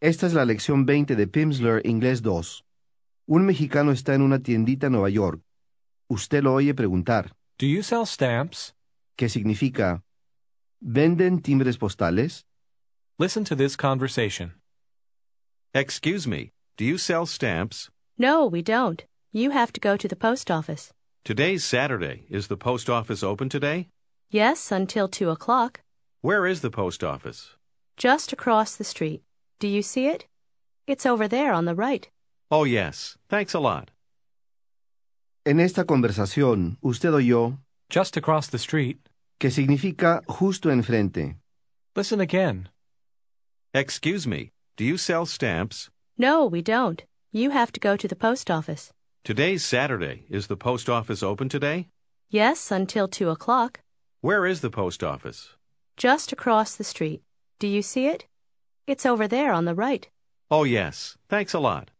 Esta es la lección 20 de Pimsleur Inglés 2. Un mexicano está en una tiendita en Nueva York. Usted lo oye preguntar, Do you sell stamps? ¿qué significa? ¿Venden timbres postales? Listen to this conversation. Excuse me, do you sell stamps? No, we don't. You have to go to the post office. Today's Saturday. Is the post office open today? Yes, until two o'clock. Where is the post office? Just across the street. Do you see it? It's over there on the right. Oh, yes. Thanks a lot. En esta conversación, usted oyó, Just across the street. que significa justo enfrente. Listen again. Excuse me, do you sell stamps? No, we don't. You have to go to the post office. Today's Saturday. Is the post office open today? Yes, until two o'clock. Where is the post office? Just across the street. Do you see it? It's over there on the right. Oh, yes. Thanks a lot.